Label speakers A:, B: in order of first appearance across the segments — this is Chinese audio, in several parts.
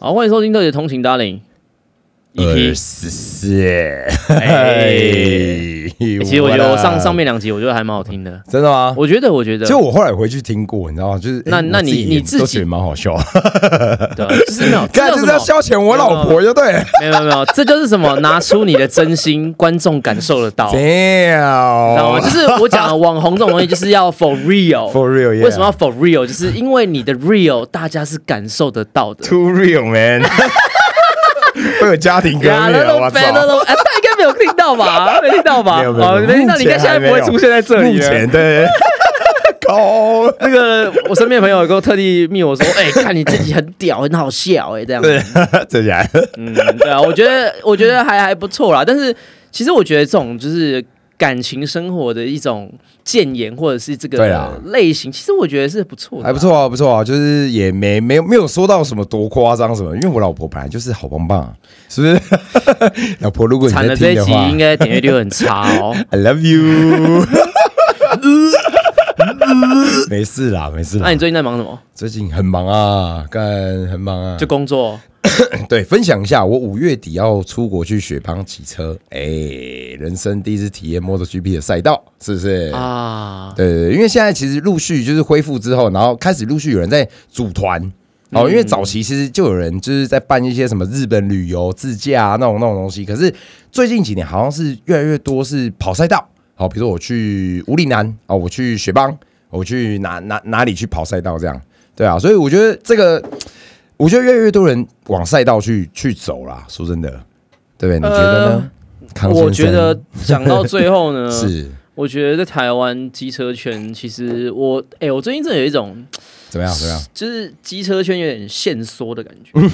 A: 好，欢迎收听《特别通勤 Darling》E
B: 二呃
A: EP。
B: 十四。
A: 哎，
B: 其
A: 其实我觉得我上上面两集我觉得还蛮好听的，
B: 真的吗？
A: 我觉得，我觉得，
B: 就我后来回去听过，你知道吗？就是
A: 那
B: 哎
A: 那
B: 我
A: 你
B: 自己
A: 你
B: 也
A: 自己
B: 都觉得蛮好 笑，
A: 对，就是没有，这
B: 干
A: 有
B: 就
A: 什
B: 是要
A: 么？
B: 消遣我老婆，就对了。
A: 没有没有没有，这就是什么？拿出你的真心，观众感受得 到。
B: 哦
A: 知道吗？
B: Damn，
A: 就是我讲的网红这种东西，就是要 for real。
B: For real，yeah
A: 为什么要 for real？就是因为你的 real，大家是感受得到的。
B: too real man，会有家庭革
A: 呀，
B: 命
A: 那
B: 了，
A: 种
B: 我操！
A: 哎，那种哎，他应该没有听到吧？没听到吧？
B: 没有没有
A: 哦
B: 没有
A: 听到。
B: 目前
A: 你看现在不会出现在这
B: 目
A: 里了。
B: 前 对， 高
A: 那个我身边的朋友也跟我特地密我说， 哎、看你自己很屌，很好笑、哎，这样子。
B: 对， 真假的？
A: 嗯，对啊，我觉得我觉得还还不错啦。但是其实我觉得这种就是感情生活的一种谏言，或者是这
B: 对啊
A: 个类型，其实我觉得是不错的、
B: 还不。错啊，不错啊，就是也没没有没有说到什么多夸张什么，因为我老婆本来就是好棒棒啊，是不是？ 老婆，如果你
A: 惨
B: 在
A: 了，这一
B: 听的
A: 集
B: 话
A: 应该点阅率很差 哦。
B: ，I love you 。没事啦，没事
A: 那
B: 啦
A: 你。最近在忙什么？
B: 最近很忙啊，干很忙啊。
A: 就
B: 就
A: 工作。
B: 对，分享一下，我五月底要出国去雪邦骑车，哎、人生第一次体验 MotoGP 的赛道，是不是？
A: 啊，
B: 对对对，因为现在其实陆续就是恢复之后，然后开始陆续有人在组团。
A: 嗯
B: 哦，因为早期其实就有人就是在办一些什么日本旅游自驾啊那种那种东西，可是最近几年好像是越来越多是跑赛道。好、比如说我去五里南哦，我去雪邦，我去哪哪哪里去跑赛道这样，对啊，所以我觉得这个，我觉得越来越多人往赛道去去走啦。说真的，对不对？你觉得呢？康先生
A: 呃我觉得呃讲到最后呢，
B: 是
A: 我觉得在台湾机车圈，其实我哎、我最近真的有一种
B: 怎么样？怎么样？
A: 就是机车圈有点限缩的感觉。
B: 嗯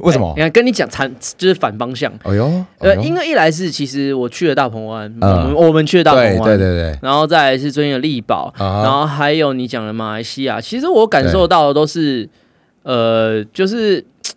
B: 为什么
A: 你？看，跟你讲反就是反方向。
B: 哎呦，
A: 哎呃
B: 哎，呦
A: 因为一来是其实我去了大鹏湾，我
B: 嗯
A: 们我们去了大鹏
B: 对
A: 湾，
B: 对对对，
A: 然后再来是最近的力宝，
B: 啊哈
A: 然后还有你讲的马来西亚，其实我感受到的都是，呃，就是嘖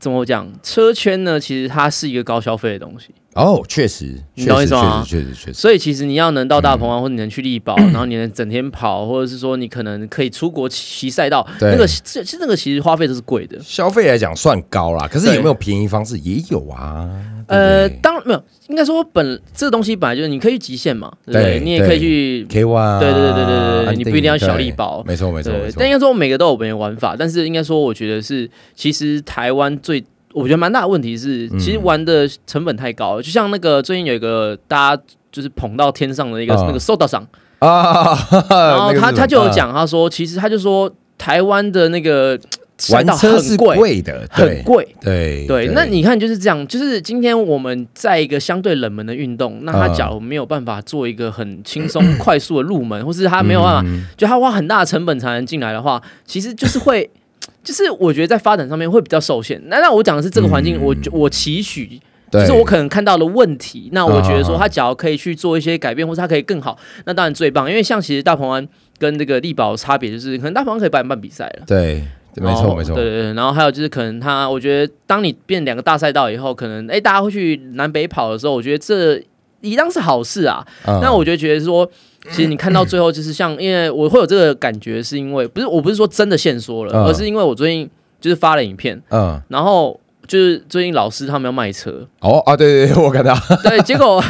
A: 怎么讲，车圈呢，其实它是一个高消费的东西，
B: 哦，确实，
A: 你
B: 确
A: 懂我意
B: 实，
A: 思吗
B: 确实，确实，确实，
A: 所以其实你要能到大
B: 嗯
A: 鹏湾，或者你能去力 宝，然后你能整天跑，或者是说你可能可以出国骑赛道，
B: 对
A: 那个这这那个其实花费都是贵的，
B: 消费来讲算高啦，可是
A: 对
B: 有没有便宜方式也有啊？
A: 呃，
B: 对
A: 当没有，应该说本这个东西本来就是你可以去极限嘛，对不对？
B: 对
A: 你也可以去
B: 不对 K One，
A: 对对对对对对对你不一定要小力
B: 力
A: 宝
B: 没错没错没
A: 对，
B: 错
A: 但。应该说每个都有每个玩法，但是应该说，我觉得是其实台湾最我觉得蛮大的问题是，
B: 嗯
A: 其实玩的成本太高了。就像那个最近有一个大家就是捧到天上的一个、
B: 啊
A: 那个受到赏，
B: 啊，
A: 然
B: 然
A: 后他他就有
B: 啊
A: 讲，他说其实他就说台湾的那个赛
B: 玩
A: 道
B: 车是
A: 很贵，
B: 贵的，
A: 很
B: 对
A: 贵。
B: 对
A: 对，那你看就是这样，就是今天我们在一个相对冷门的运动，那他
B: 嗯
A: 假如没有办法做一个很轻松快速的入门，或是他没有办法，就他花很大的成本才能进来的话，其实就是会， 就是我觉得在发展上面会比较受限。那那我讲的是这个环境，我我期许。就
B: 对
A: 是我可能看到了问题，那我觉得说
B: 嗯
A: 他假如可以去做一些改变，或是他可以更好，那当然最棒。因为像其实大鹏湾跟这个力宝的差别就是，可能大鹏湾可以办办比赛了，
B: 对，没
A: 然后
B: 错没错
A: 哦对，对对，然后还有就是可能他，我觉得当你变两个大赛道以后，可能哎大家会去南北跑的时候，我觉得这一当是好事啊。
B: 嗯
A: 那我就觉得说，其实你看到最后就是像，因为我会有这个感觉，是因为不是我不是说真的限缩了，
B: 嗯
A: 而是因为我最近就是发了影片，
B: 嗯
A: 然后就是最近老师他们要卖 车，
B: 哦啊，对对对，我看到
A: 对，结果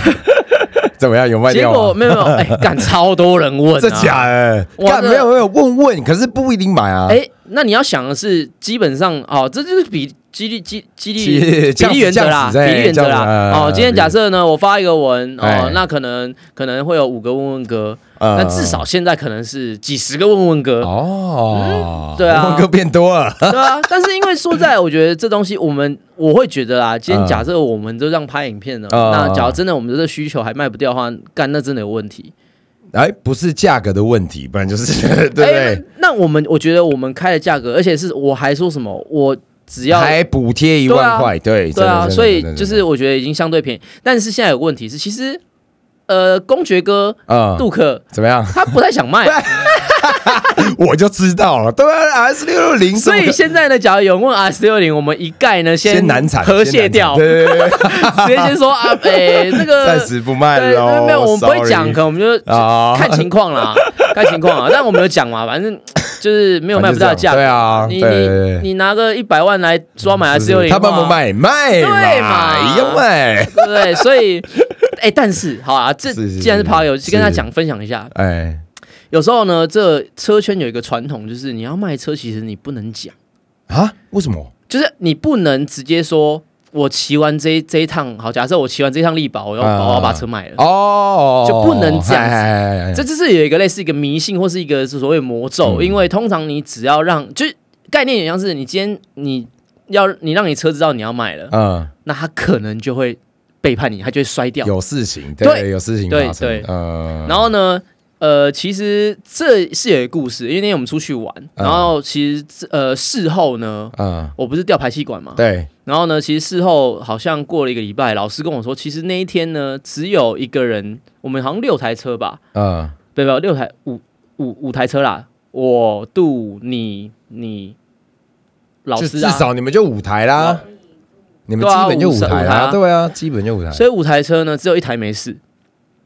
B: 怎么样？有卖
A: 结
B: 掉
A: 果
B: 吗？
A: 没有没有，哎，干超多人 问、啊，
B: 这假的？
A: 哇
B: 干
A: 这
B: 没有没有问问，可是不一定买啊。
A: 哎，那你要想的是，基本上哦，这就是比几率几几率
B: 几
A: 比
B: 这样
A: 例
B: 子
A: 原则啦，比
B: 这样子
A: 例原则
B: 这
A: 啦。
B: 样子
A: 哦，
B: 嗯
A: 今天假设呢，我发一个文哦
B: 哎，
A: 那可能可能会有五个问问哥，
B: 嗯，
A: 那至少现在可能是几十个问问哥，
B: 哦，
A: 对啊
B: 问哥变多了，
A: 对啊。但是因为说实在，我觉得这东西我们我会觉得啊啦，今天假设我们就让拍影片了，
B: 嗯
A: 那假如真的我们这个需求还卖不掉的话，干那真的有问题。
B: 哎，不是价格的问题，不然就是 对不
A: 哎
B: 对？
A: 那那我们我觉得我们开的价格，而且是我还说什么，我只要
B: 还补贴一万块，对
A: 对啊，
B: 真的真的
A: 所以
B: 真的
A: 就是我觉得已经相对便宜，但是现在有个问题是，其实呃，公爵哥
B: 嗯，
A: 杜克
B: 怎么样？
A: 他不太想卖，
B: 我就知道了，对啊，S 六六零，
A: 所以现在呢，假如有人问 S 六零，我们一概呢
B: 先难产
A: 和谐掉，
B: 对对对，
A: 直接先说啊， 哎，那个
B: 暂时不卖
A: 对，
B: 喽。
A: 没有，我们不会讲，
B: sorry
A: 可能我们就
B: 啊
A: 看情况啦，看情况啊。但我们有讲嘛，反正就是没有卖不到的价格。
B: 对啊，
A: 你
B: 对
A: 你
B: 对对
A: 你啊拿个一百万来抓买 S 六零，
B: 他们不，卖卖
A: 对
B: 嘛，
A: 嘛
B: 要卖，
A: 对不对？所以，哎，但是好啊，这
B: 是是
A: 既然是跑友，
B: 是
A: 就跟他讲分享一下。
B: 哎，
A: 有时候呢，这车圈有一个传统，就是你要卖车，其实你不能讲，
B: 啊？为什么？
A: 就是你不能直接说。我骑完这一这一趟，好，假设我骑完这一趟力宝，我要
B: 啊
A: 我要把车卖了，
B: 哦，哎
A: 就不能这样子
B: 样
A: 这就是有一个类似一个迷信或是一个所谓魔咒，
B: 嗯
A: 因为通常你只要让就是概念也像是你今天你要你让你车知道你要买了，
B: 嗯，
A: 那他可能就会背叛你，他就会摔掉。
B: 有事情，
A: 对
B: 对，有事情
A: 对
B: 发生
A: 对，
B: 嗯，
A: 然后呢，呃，其实这是有一个故事，因为那天我们出去玩，
B: 啊
A: 然后其实这呃事后呢。
B: 嗯，
A: 我不是掉排气管嘛，
B: 对，
A: 然后呢，其实事后好像过了一个礼拜，老师跟我说，其实那一天呢，只有一个人，我们好像六台车吧，
B: 嗯，
A: 对吧？六台五五五台车啦，我杜你你老
B: 就
A: 师
B: 至
A: 啊，
B: 少你们就舞台啦，你们基本就舞台
A: 对
B: 啦，
A: 啊
B: 对啊，基本就舞台，
A: 所以五台车呢只有一台没事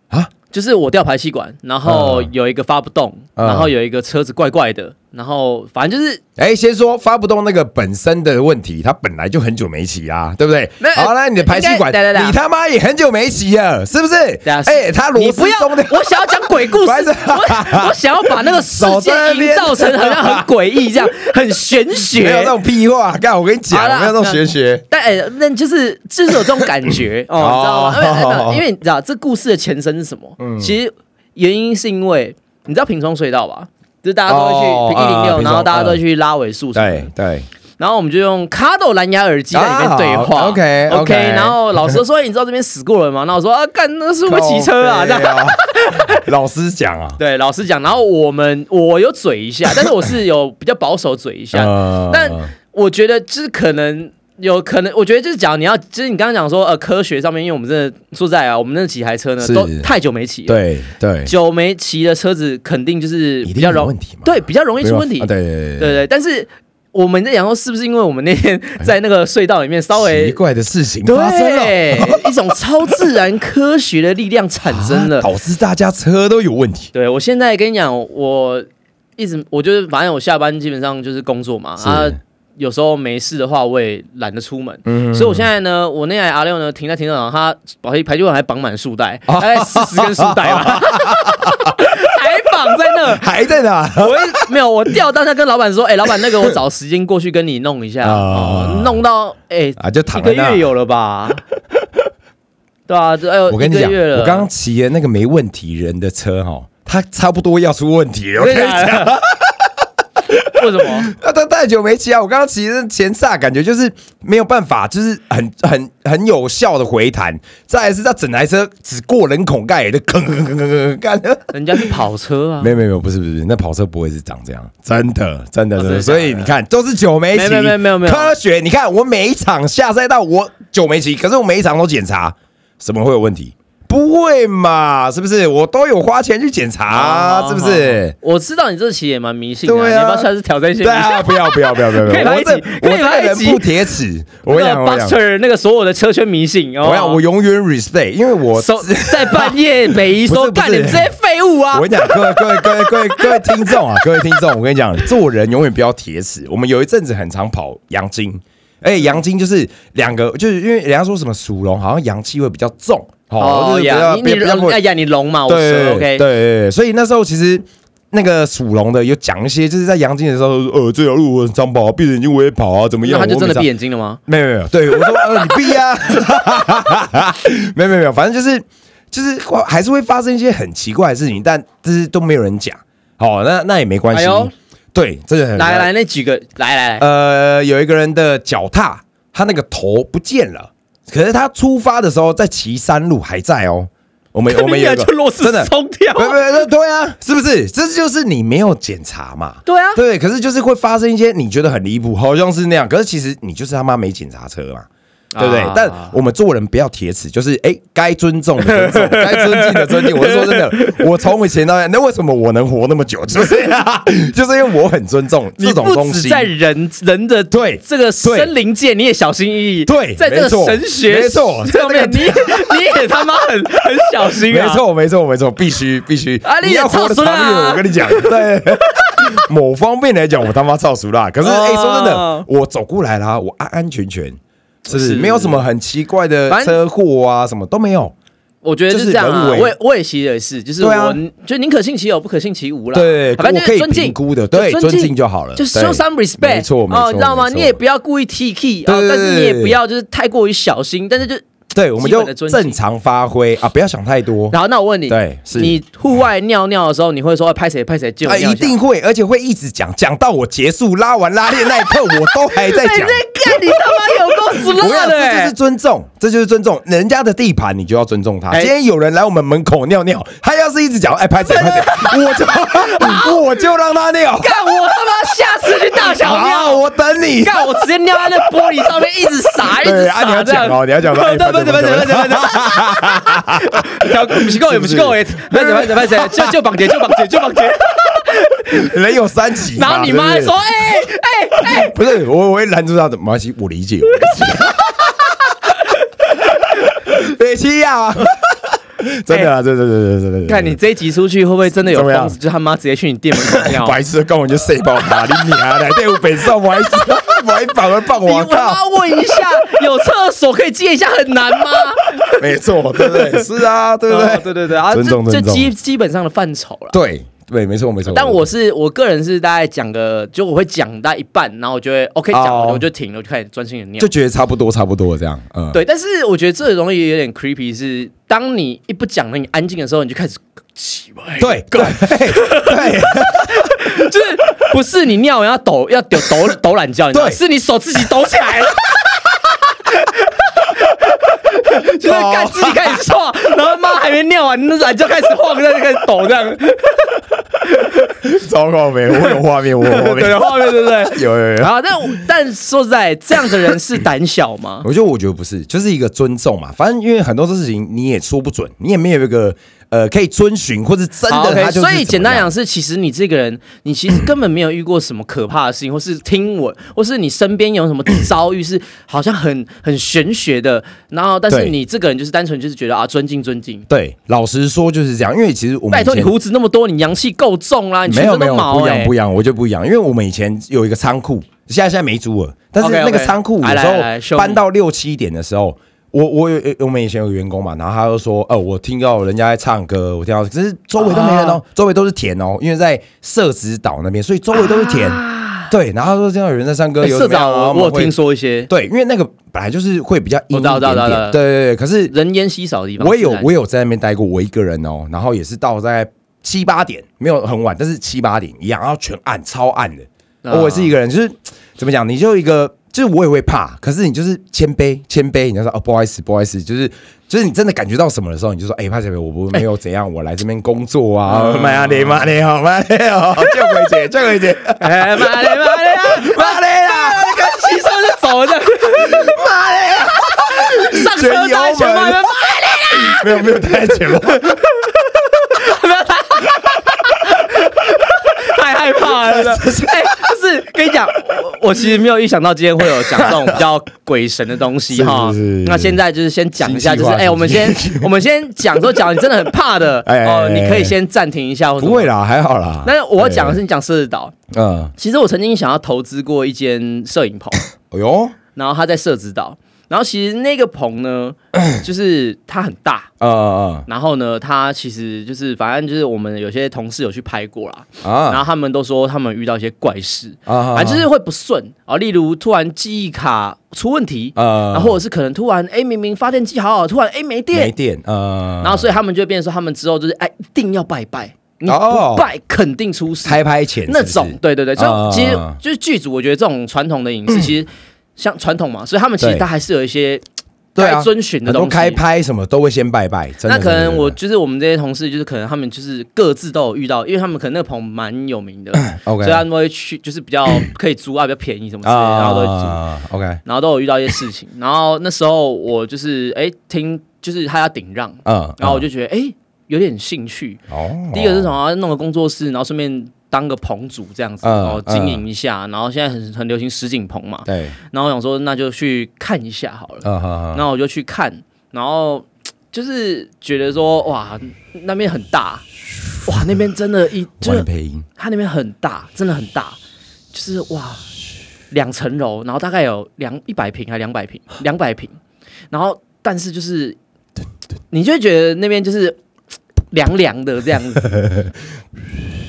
B: 啊，
A: 就是我掉排气管，然后
B: 嗯
A: 有一个发不动，
B: 嗯
A: 然后有一个车子怪怪的，然后反正就是
B: 哎，先说发不动那个本身的问题，他本来就很久没骑啦，对不对
A: 没？有
B: 好，那你的排气管，
A: 应该对对对
B: 你他妈也很久没骑了，是不是？
A: 对啊
B: 哎，他螺
A: 你
B: 丝
A: 不要，
B: 松掉，
A: 我想要讲鬼故事，
B: 白痴
A: 我我想要把那个世
B: 手
A: 界
B: 在那边
A: 营造成好像很诡异 这样，很玄学，
B: 没有那种屁话，干，我跟你讲
A: 好，啦
B: 没有那种玄学，
A: 但哎、那就是就是有这种感 觉哦，你知道吗？因为呃
B: 哦嗯
A: 因为因为你知道这故事的前身是什么？其实原因是因为你知道平川隧道吧？就是大家都会
B: 哦
A: 去一零
B: 啊
A: 六，然
B: 平川
A: 后大家都会去拉尾数什么的
B: 对对，
A: 然后我们就用卡斗蓝牙耳机在里
B: 啊
A: 面对话。
B: 好，OK，OK
A: OK。然后老师说：“哎你知道这边死过人吗？”那我说：“啊，干，那是我骑车啊。”这样
B: 靠背啊 老师讲啊，
A: 对，老师讲。然后我们我有嘴一 下，但是我是有比较保守嘴一下。
B: 呃
A: 但我觉得就是可能有可能，我觉得就是讲你要，就是你刚刚讲说呃科学上面，因为我们真的说实在啊，我们那几台车呢
B: 是
A: 都太久没骑了，
B: 对对，
A: 久没骑的车子肯定就是
B: 一
A: 比
B: 定
A: 较
B: 有
A: 容
B: 问题嘛，
A: 对比较容易出问题，
B: 啊对对
A: 对对对但是我们在讲说是不是因为我们那天在那个隧道里面稍
B: 奇
A: 微。
B: 怪的事情发生哎了。
A: 对，一种超自然科学的力量产生了
B: 啊。导致大家车都有问题。
A: 对我现在跟你讲，我一直我就是反正我下班基本上就是工作嘛
B: 是
A: 啊，有时候没事的话我也懒得出门，
B: 嗯
A: 所以我现在呢，我那台 R 六呢停在停车场，它把一排气管还绑满束带，
B: 哦
A: 大概四十根束带 吧，还绑在那。
B: 还在哪？
A: 我一没有，我掉当下跟老板说，哎、老板，那个我找时间过去跟你弄一下，
B: 啊
A: 哦、弄到哎、
B: 啊，就躺
A: 一
B: 在
A: 个
B: 那
A: 月。有了 吧？对啊，这哎呦，
B: 我跟你
A: 一个
B: 讲，
A: 月了
B: 我刚刚骑的那个没问题人的车哈，他差不多要出问题了。我跟你
A: 真的
B: 讲，
A: 假的啊 为什么？
B: 啊他太久没骑啊，我刚刚骑的前刹感觉就是没有办法，就是很很很有效的回弹。再来是他整台车只过人孔盖，就吭吭吭吭吭干。
A: 人家是跑车啊，
B: 没有没有没有，不是不是，那跑车不会是长这样，真的真的
A: 哦
B: 真
A: 真
B: 的。
A: 的
B: 所以
A: 假的
B: 你看，都是九没骑，
A: 没有没有没有没有
B: 科学。你看我每一场下赛道我九没骑，可是我每一场都检查，什么会有问题？不会嘛，是不是？我都有花钱去检查，
A: 好
B: 啊是不是？？
A: 好好我知道你这期也蛮迷信的，
B: 对啊
A: 你要不要下次挑战一些
B: 对
A: 迷信？
B: 啊，不要不要不要不要不
A: 可以
B: 要！
A: 来
B: 我
A: 一
B: 这
A: 集可
B: 我
A: 以
B: 这个
A: 来一
B: 人
A: 集
B: 不铁齿，我跟你
A: 那
B: 讲，
A: 个
B: 我跟你讲，
A: Buster 那个所有的车圈迷信，
B: 我
A: 哦
B: 跟你讲，我永远 respect，因为我
A: 收在半夜北移
B: 不
A: 说
B: 是不是
A: 干你们这些废物啊
B: 我！跟你讲，各位各位各位各位各位听众啊，各 位听众，我跟你讲，做人永远不要铁齿。我们有一阵子很常跑阳金，哎、
A: 嗯
B: 阳金就是两个，就是因为人家说什么属龙，好像阳气会比较重，
A: 哦
B: 就是比
A: 呀，
B: 较
A: 你
B: 比
A: 你
B: 较比较不
A: 龙，哎呀你龙嘛，我蛇
B: 对
A: OK，
B: 对对，所以那时候其实。那个属龙的有讲一些，就是在阳金的时候，呃，这条路我很常跑，闭着眼睛我也跑啊，怎么
A: 那
B: 样？
A: 他就真的
B: 我
A: 闭眼睛了吗？
B: 没有没有，对我说呃你闭呀、啊， 没有没有没有，反正就是就是还是会发生一些很奇怪的事情，但就是都没有人讲。好、那那也没关系。
A: 哎呦
B: 对，这个很
A: 来来，那几个来来来，
B: 呃，有一个人的脚踏，他那个头不见了，可是他出发的时候在骑山路还在哦。我们我 们有一个
A: 就螺丝
B: 真的，
A: 松掉
B: 不，不不，对啊，是不是？这就是你没有检查嘛。
A: 对 啊，
B: 对，可是就是会发生一些你觉得很离谱，好像是那样，可是其实你就是他妈没检查车嘛。对不对？
A: 啊
B: 但我们做人不要铁齿，就是哎，该尊重的 尊重，该尊敬的尊敬。我是说真的，我从以前到现在，那为什么我能活那么久？就是、啊 就是因为我很尊重
A: 你
B: 这种
A: 不
B: 东
A: 止
B: 西。
A: 在人人的
B: 对
A: 这个森林界，你也小心翼翼；
B: 哎对
A: 在这
B: 没
A: 个
B: 错
A: 神学
B: 没错
A: 上面，你也你也他妈 很很小心啊！
B: 没，错，没错，没错，必须必须
A: 啊，你
B: 你要
A: 也操
B: 活得
A: 熟
B: 长
A: 啦
B: 远，我跟 你讲，对。某方面来讲，我他妈操熟啦。可是，
A: 哦
B: 哎、说真的，我走过来啦，我安安全全，是不是？
A: 是
B: 没有什么很奇怪的
A: 反正
B: 车祸啊，什么都没有。
A: 我觉得是这样啊。
B: 就是人为
A: 我也我也其实也是，就是
B: 对啊
A: 我就宁可信其有，不可信其无啦。
B: 对，
A: 反
B: 我
A: 正就
B: 可
A: 是
B: 以
A: 尊敬
B: 评估的，对，尊敬就好了，
A: 就是
B: 对
A: show some respect，
B: 没错，没
A: 哦
B: 错，
A: 你知道吗？
B: 没错
A: 你也不要故意 T K 啊，
B: 对对
A: 但是你也
B: 对
A: 不要就是太过于小心，但是就
B: 对，我们
A: 基本
B: 就
A: 的尊敬
B: 正常发挥啊，不要想太多。
A: 然后那我问你，
B: 对是
A: 你户外尿尿的时候，你会说哎拍谁拍谁借我
B: 啊，
A: 尿
B: 一
A: 下
B: 定会，而且会一直讲，讲到我结束拉完拉链那一刻，我都还在
A: 哎
B: 讲。
A: 这干你他妈有够
B: 不
A: 死
B: 要，
A: 辣的
B: 这就
A: 哎
B: 是！尊重，这就是尊重人家的地盘，你就要尊重他。
A: 哎
B: 今天有人来我们门口尿尿，他要是一直讲，哎，拍谁拍谁，我就 我就让他 尿。
A: 干我他妈下次去大小
B: 好，
A: 尿，
B: 我等你。
A: 干我直接尿在那玻璃上面，一直撒，一直
B: 对啊，
A: 撒。
B: 你要讲哦，你要讲
A: 对
B: 哦。
A: 对对对对对对对，不是够，不是够哎！拍谁拍谁拍谁，就就绑结就绑结就绑结。
B: 对，人有三级嘛。
A: 然后你妈还说哎哎哎，
B: 对不对，不是我，我会拦住他的。没关系，我理解，我理 解。北七呀，真的啊，对对对对对对。
A: 哎看你这一集出去会不会真的有
B: 怎么样
A: 疯子，就他妈直接去你店门口尿？
B: 白痴，跟我就谁爆他？你你啊，来对我北上，我还 我还绑了棒，
A: 你
B: 我
A: 我
B: 靠！
A: 妈问一下，有厕所可以借一下很难吗？
B: 没错，对不对？是啊，对不
A: 哦
B: 对？
A: 对对对啊，这
B: 尊重
A: 这
B: 尊重
A: 基基本上的范畴了。
B: 对对，没错没错。
A: 但我是我个人是大概讲个，就我会讲到一半，然后我就会 OK 讲
B: 哦
A: 了，我就停了，我就开始专心的尿
B: 就。觉得差不多差不多这样，嗯，
A: 对，但是我觉得这个东西有点 creepy，是当你一不讲了，你安静的时候，你就开始起来，
B: 对对对
A: 就是不是你尿要抖要抖抖抖懒觉，你知道吗
B: 对
A: 是你手自己抖起来 了。就是看自己开始晃，
B: 哦
A: 然后妈还没尿完，那懒就开始晃，那就开始抖这样，
B: 糟糕没？我有画面，我有 画面，
A: 对，画面对不对？
B: 有有有。
A: 然后，但我但说实在，这样的人是胆小吗？
B: 我觉得我觉得不是，就是一个尊重嘛。反正因为很多事情你也说不准，你也没有一个呃可以遵循或是 真
A: 好
B: 的
A: OK，
B: 他就是怎么样。
A: 所以简单讲是，其实你这个人，你其实根本没有遇过什么可怕的事情，或是听闻，或是你身边有什么遭遇是 好像很很玄学的，然后但是
B: 对嗯
A: 你这个人就是单纯就是觉得啊，尊敬尊敬。
B: 对，老实说就是这样，因为其实我们
A: 拜托
B: 以
A: 你
B: 前
A: 胡子那么多，你阳气够重啦，你
B: 没
A: 全
B: 有
A: 身
B: 没
A: 都
B: 有
A: 毛
B: 不一
A: 哎、
B: 样不一样，我觉得不一样，因为我们以前有一个仓库，现在现在没租了，但是
A: OK，OK
B: 那个仓库有
A: 来来来来
B: 时
A: 秀
B: 候
A: 你
B: 搬到六七点的时候。我我有我们以前有个员工嘛，然后他就说，哦，我听到人家在唱歌，我听到，只是周围都没人哦，
A: 啊
B: 周围都是田哦，因为在社子岛那边，所以周围都是田。对，然后他说这样有人在唱歌，
A: 啊哎
B: 有
A: 社
B: 怎么样
A: 长，
B: 啊
A: 我
B: 们
A: 我有
B: 会
A: 听说一些
B: 对，因为那个本来就是会比较阴一
A: 我知道
B: 点点，
A: 我知道我知道
B: 对对对。可是
A: 人烟稀少的地方。
B: 我也有
A: 自然
B: 我也有在那边待过，我一个人哦，然后也是到大概七八点，没有很晚，但是七八点一样，然后全暗，超暗的。
A: 啊
B: 我也是一个人，就是怎么讲，你就一个，就是我也会怕，可是你就是谦卑，谦卑，你就说哦，不好意思，不好意思，就是就是你真的感觉到什么的时候，你就说，哎、怕什么？我不没有怎样，我来这边工作啊，妈呀，你妈你好，妈哦你 好，救回姐，救回姐，
A: 哎妈嘞妈嘞啊，
B: 妈你啦，
A: 刚骑车就走了，上车
B: 全油
A: 单全妈
B: 门
A: 的，
B: 没有没有太久了。
A: 太害怕了。 真的哎，就是跟你讲，我我其实没有预想到今天会有讲这种比较鬼神的东西哈
B: 是是是。
A: 那现在就是先讲一下，
B: 新
A: 就
B: 计
A: 是
B: 划
A: 哎，我们先我们先讲说讲你真的很怕的
B: 哎哎
A: 哦，
B: 哎
A: 你可以先暂停一下，
B: 不会。啦，还好啦。
A: 但是我要讲的是，你讲社子岛，
B: 对，嗯，
A: 其实我曾经想要投资过一间摄影棚，
B: 哎呦，
A: 然后它在社子岛，然后其实那个棚 呢，就是它很大，
B: 嗯嗯
A: 然后呢，它其实就是反正就是我们有些同事有去拍过啦，
B: 嗯啊
A: 然后他们都说他们遇到一些怪事，
B: 啊
A: 反正就是会不顺啊，例如突然记忆卡出问题，
B: 呃
A: 然后或者是可能突然哎明明发电机好好，突然哎没
B: 没
A: 电，
B: 电，呃，
A: 然后所以他们就变成说他们之后就是哎一定要拜拜，你
B: 哦
A: 不拜肯定出事，
B: 开拍前
A: 那种，对对对，所
B: 啊
A: 以其实就是剧组，我觉得这种传统的影视其实像传统嘛，所以他们其实
B: 对
A: 它还是有一些
B: 对啊
A: 该遵循的
B: 很多
A: 东西。
B: 开拍什么都会先拜拜，真
A: 那
B: 的
A: 可
B: 真的
A: 能
B: 真的
A: 我就是我们这些同事，就是可能他们就是各自都有遇到，因为他们可能那个棚蛮有名的，所
B: OK
A: 以他们都会去，就是比较可以租啊，比较便宜什么之类的，然后都会租，
B: 啊，OK，
A: 然后都有遇到一些事情。然后那时候我就是哎听，就是他要顶让，
B: 嗯，
A: 然后我
B: 就
A: 就觉得哎、有点兴趣。
B: 哦，
A: 第一个是什么？弄个工作室，然后顺便当个棚主这样子，
B: 嗯
A: 然后经营一下。然后现在很很流行实景棚嘛，
B: 对，
A: 然后我想说那就去看一下好了。
B: 嗯嗯
A: 然后我就去看，然后就是觉得说，哇，那边很大，哇，那边真的一，就
B: 换你
A: 是
B: 配音，
A: 它那边很大，真的很大，就是哇，两层楼，然后大概有两一百平还两 百平，两百平，然后但是就是，你就会觉得那边就是凉凉的这样子。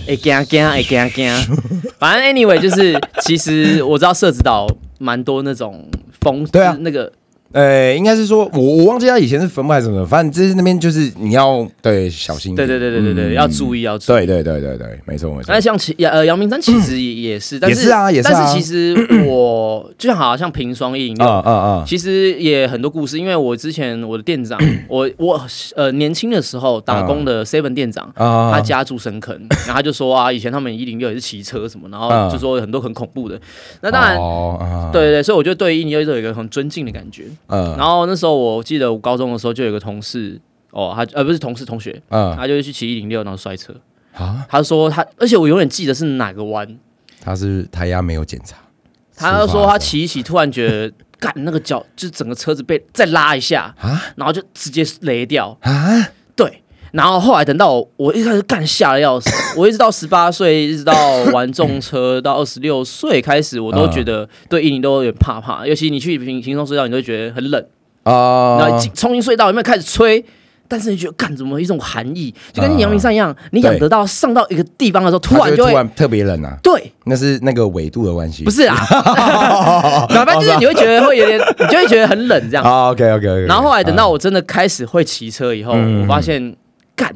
A: 哎，惊惊，哎惊惊，反正 anyway 就是，其实我知道社子岛蛮多那种风，
B: 对啊
A: 就是那个
B: 呃，应该是说我我忘记他以前是坟墓还是什么，反正就是那边就是你要对小心一
A: 对
B: 点，
A: 对对对对对，
B: 嗯
A: 要注意要注意。
B: 对对对对对，没错没错
A: 那，像其呃阳明山其 实也也是，但
B: 也是啊也是啊
A: 但是其 实我就像好像平双一饮
B: 啊
A: 料，
B: 啊啊，
A: 其实也很多故事。因为我之前我的 店长，我我呃年轻的时候打工的 seven 店长。
B: 嗯啊
A: 他家住深坑，然后他就说啊，以前他们一零六也是骑车什么，然后
B: 嗯
A: 就说很多很恐怖的。那当然，
B: 哦，啊
A: 对，对，所以我就对一零六有一个很尊敬的感觉。
B: 嗯，
A: 然后那时候我记得我高中的时候就有一个同事，哦，他呃不是同事同学，
B: 嗯
A: 他就去骑一零六然后摔车，
B: 啊，
A: 他说他，而且我永远记得是哪个弯。
B: 他是胎压没有检查，
A: 他就
B: 出发
A: 说
B: 的
A: 他
B: 时
A: 骑一骑，突然觉得干那个脚，就是整个车子被再拉一下，
B: 候啊
A: 然后就直接雷掉。
B: 啊，
A: 对，然后后来等到我，我一开始干吓得要 死，我一直到十八岁，一直到玩重车，到二十六岁开始，我
B: 啊
A: 都觉得对一零都有点怕怕。尤其你去平行松隧道，你都会觉得很冷。
B: 啊，
A: 然后进冲进隧道，有没有开始吹？但是你觉得干怎么一种寒意，就跟阳明山一样，你
B: 对
A: 养得到上到一个地方的时候，突
B: 他
A: 然
B: 就
A: 就
B: 突
A: 会
B: 然特别冷啊，
A: 对。
B: 那是那个纬度的关系，
A: 不 是啊， 哪怕就是你会觉得会有点，你就会觉得很冷 这样。
B: 啊，OK OK OK，
A: 然后后来
B: 嗯
A: 等到我真的开始会骑车以后，我发现干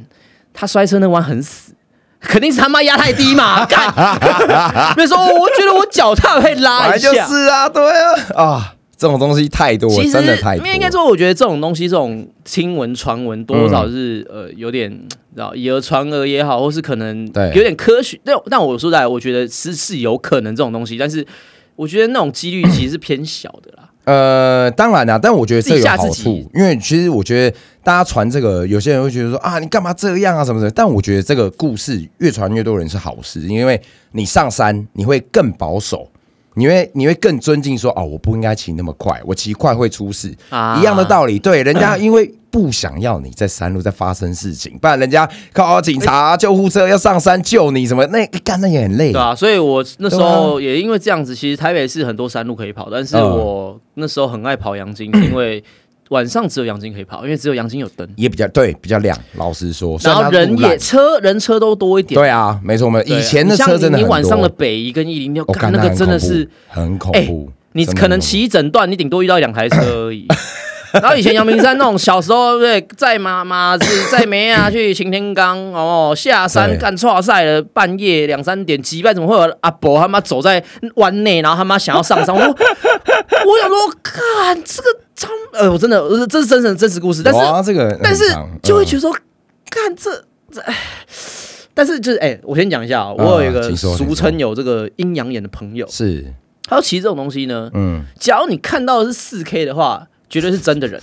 A: 他摔车那弯很死。肯定是他妈压太低嘛，干！ 比如说，我觉得我脚踏被拉
B: 来
A: 一
B: 就
A: 下，
B: 是啊，对啊，啊，这种东西太多
A: 其
B: 了，
A: 实
B: 真的太
A: 因
B: 多嗯了。
A: 为应该说，我觉得这种东西，这种听闻传闻，多少是、呃有点，你知道以讹传讹也好，或是可能
B: 对
A: 有点科学。但但我说实在，我觉得是是有可能这种东西，但是我觉得那种几率其实是偏小的 啦。
B: 呃，当然啦、但我觉得这有好
A: 自己吓自己
B: 处，因为其实我觉得大家传这个，有些人会觉得说啊，你干嘛这样啊什么的。但我觉得这个故事越传越多人是好事，因为你上山你会更保守，你会你会更尊敬说啊，我不应该骑那么快，我骑快会出事。
A: 啊
B: 一样的道理，对，人家因为不想要你在山路在发生事情，不然人家靠哦警察、救护车要上山救你什么，那干那也很累
A: 对。啊，所以我那时候也因为这样子，其实台北是很多山路可以跑，但是
B: 嗯
A: 我那时候很爱跑阳金，是因为晚上只有阳金可以跑，因为只有阳金有灯，
B: 也比较对，比较亮。老实说， 虽
A: 然后
B: 它路
A: 人
B: 烂
A: 也车人车都多一点。
B: 对啊，没错，我们
A: 对啊
B: 以前的车真的
A: 你像你你
B: 很多哦
A: 晚上的北宜跟一零六，
B: 我
A: 干那个真的是哎
B: 很恐怖，
A: 你
B: 真的
A: 可能
B: 很恐
A: 骑一整段，你顶多遇到一两台车 而已。然后以前阳明山那种小时候，对，载妈妈是载梅啊去擎天岗哦，下山
B: 对
A: 干错赛了，半夜两三点几拜，怎么会有阿伯他妈走在湾内，然后他妈想要上山？我说我想说，看这个他们呃，我真的呃这是真实真实故事，但
B: 怖
A: 是
B: 哇啊这个很
A: 但是
B: 长嗯
A: 就会觉得说，看这这，但是就是哎、我先讲一下啊，我有一
B: 啊
A: 个
B: 请说
A: 俗
B: 请
A: 称有这个阴阳眼的朋友，
B: 是
A: 他说骑这种东西呢，
B: 嗯
A: 假如你看到的是四 K 的话，绝对是真 的人。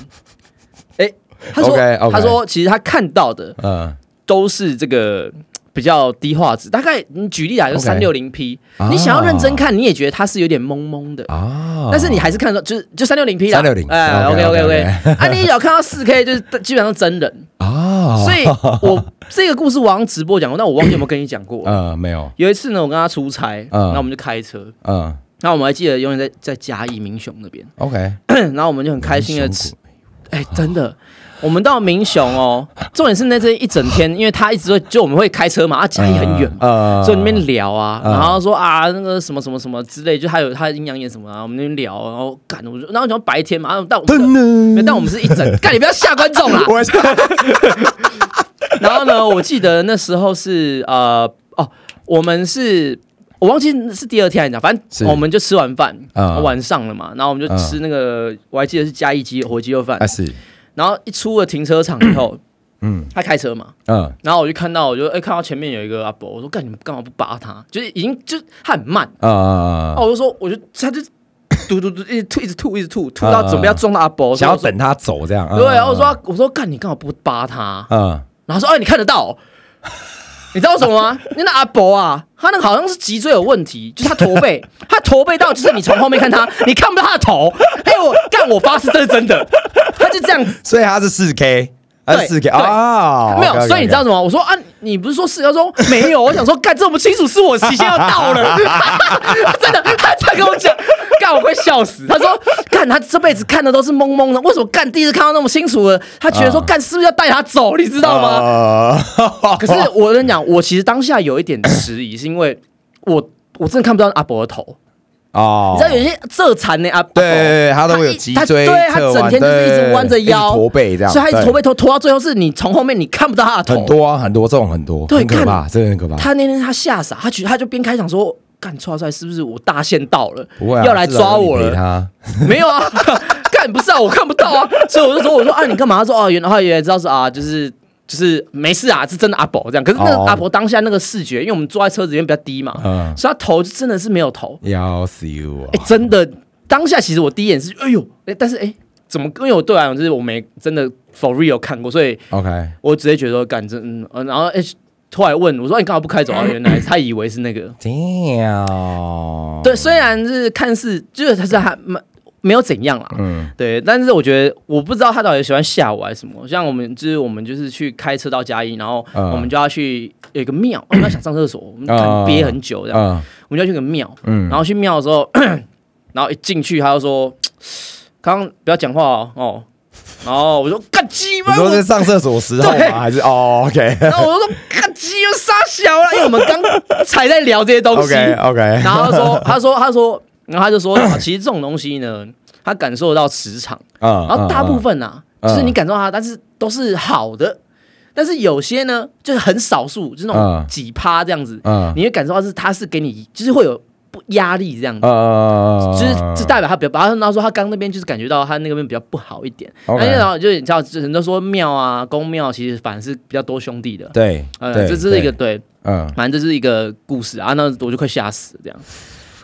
A: 哎、他说
B: OK，OK
A: 他说其实他看到的
B: 嗯
A: 都是这个嗯比较低画质，大概你举例来就
B: OK
A: 三六零 P，
B: 啊
A: 你想要认真看，你也觉得它是有点蒙蒙的。
B: 啊
A: 但是你还是看得到，就是就三六零 P 啦，
B: 360
A: 哎，OK OK
B: OK，OK，
A: OK，
B: OK
A: 啊，你只要看到四 K 就是基本上真人，
B: 啊，
A: 所 以我这个故事我好像直播讲过，但我忘记有没有跟你讲过。
B: 嗯没有
A: 有一次呢，我跟他出差，
B: 嗯
A: 那我们就开车，
B: 嗯
A: 那我们还记得永远在在嘉义民雄那边，
B: OK
A: 然后我们就很开心的吃，哎、真的，我们到民雄哦，重点是那这一整天，因为他一直会就我们会开车嘛，啊，嘉义很远嘛。
B: 呃
A: 所以那边聊啊，
B: 嗯
A: 然后说啊那个什么什么什么之类，就还有他阴阳眼什么啊，我们那边聊，然后干，我就然后讲白天嘛，然后但我 们没有但我们是一整，干你不要吓观众啦，啊
B: 我还是
A: 然后呢，我记得那时候是呃哦，我们是。我忘记是第二天还是哪，反
B: 是
A: 正我们就吃完饭，
B: 啊
A: 晚上了嘛，然后我们就
B: 嗯
A: 吃那个，我还记得是嘉义鸡火鸡肉饭
B: 啊，是，
A: 然后一出了停车场以后，
B: 嗯
A: 他开车嘛，
B: 嗯
A: 然后我就看到，我就哎、看到前面有一个阿伯，我说干你们干嘛不扒他？就是已经就是他很慢，
B: 啊啊
A: 哦，我就说我就他就嘟嘟嘟一直吐一直吐一直吐，吐到
B: 嗯嗯
A: 准备要撞到阿伯，
B: 想要
A: 所以
B: 等啊他走这样。
A: 我说。对，然后我说我说干你干嘛不扒他？
B: 嗯，
A: 然后他说哎你看得到哦。 你知道为什么吗？因为那阿伯啊，他那个好像是脊椎有问题，就是他驼 背，他驼背到就是你从后面看他，你看不到他的头。哎、我干，我发誓这是真的，他就这样子
B: 所以他是四 K，他是四
A: 对
B: K 啊，
A: 没有
B: OK，OK，OK
A: 所以你知道什么？我说啊，你不是说是？他说没有。我想说，干这么清楚，是我期限要到了， 真的，他才跟我讲，干我快笑死。他说，干他这辈子看的都是懵懵的，为什么干第一次看到那么清楚的？他觉得说，
B: 啊
A: 干是不是要带他走？你知道吗？
B: 吗
A: 可是我跟你讲，我其实当下有一点迟疑，是因为我我真的看不到阿伯的头。
B: 哦
A: 你知道有些这残的阿伯，
B: 对对对，他都会有
A: 一
B: 脊
A: 他
B: 椎
A: 对他
B: 侧
A: 整
B: 弯
A: 天就是一直
B: 对
A: 弯着
B: 一直
A: 腰
B: 驼背这样，
A: 所以他一直
B: 对
A: 驼背拖拖到最后，是你从后面你看不到他的头。
B: 很多啊，啊很多这种很多，
A: 对
B: 很可
A: 看
B: 怕，真的很可怕。
A: 他那天他吓傻，他觉他就边开场说：“干，超帅是不是我大限到了？
B: 不会啊，
A: 要来
B: 至少
A: 抓
B: 有你
A: 我
B: 陪
A: 了？
B: 他
A: 没有啊，干不是啊，我看不到啊。” 所以我就说：“我说啊，你干嘛？”他说：“哦，原来他原来知道是啊，就是。”就是没事啊，是真的阿伯这样。可是那个
B: 哦
A: 阿伯当下那个视觉，因为我们坐在车子里面比较低嘛，
B: 嗯
A: 所以他头就真的是没有头。
B: 要死我
A: 哎、！真的，当下其实我第一眼是哎呦，哎、但是哎、怎么？因为我对我来讲就是我没真的 for real 看过，所以
B: OK，
A: 我直接觉得说干这嗯，呃然后哎、后来问我说、哎你干嘛不开走 啊？原来他以为是那个，
B: damn，
A: 对，，虽然是看似就是他是还蛮没有怎样啦，
B: 嗯，
A: 对，但是我觉得我不知道他到底喜欢吓我还是什么。像我们就是我们就是去开车到嘉义，然后
B: 嗯
A: 我们就要去有一个庙，我们要想上厕所，我们可能憋很久这样，
B: 嗯
A: 我们就要去个庙，
B: 嗯，
A: 然后去庙的时候，然后一进去他就说，刚刚不要讲话哦，哦然后我说干鸡
B: 你
A: 巴，
B: 说
A: 我
B: 在上厕所时候
A: 对
B: 吗？还是哦，OK
A: 然后我就说干鸡巴傻小了，因为我们刚才在聊这些东西
B: OK 哦 OK，
A: 然后他说，他说，他说，然后他就说，啊其实这种东西呢，他感受到磁场，
B: 嗯
A: 然后大部分啊，
B: 嗯
A: 就是你感受到它，但是都是好的，但是有些呢，就是很少数，就是那种
B: 嗯
A: 几趴这样子，
B: 嗯
A: 你会感受到是它是给你，就是会有不压力这样子。
B: 呃，
A: 就是就代表他比较，然后他说他刚那边就是感觉到他那个边比较不好一点，
B: OK
A: 那然后就是你知道，就是人都说庙啊、宫庙其实反而是比较多兄弟的，
B: 对，
A: 呃，
B: 对
A: 这是一个，对，
B: 嗯，
A: 反正这是一个故事啊，那我就快吓死了这样。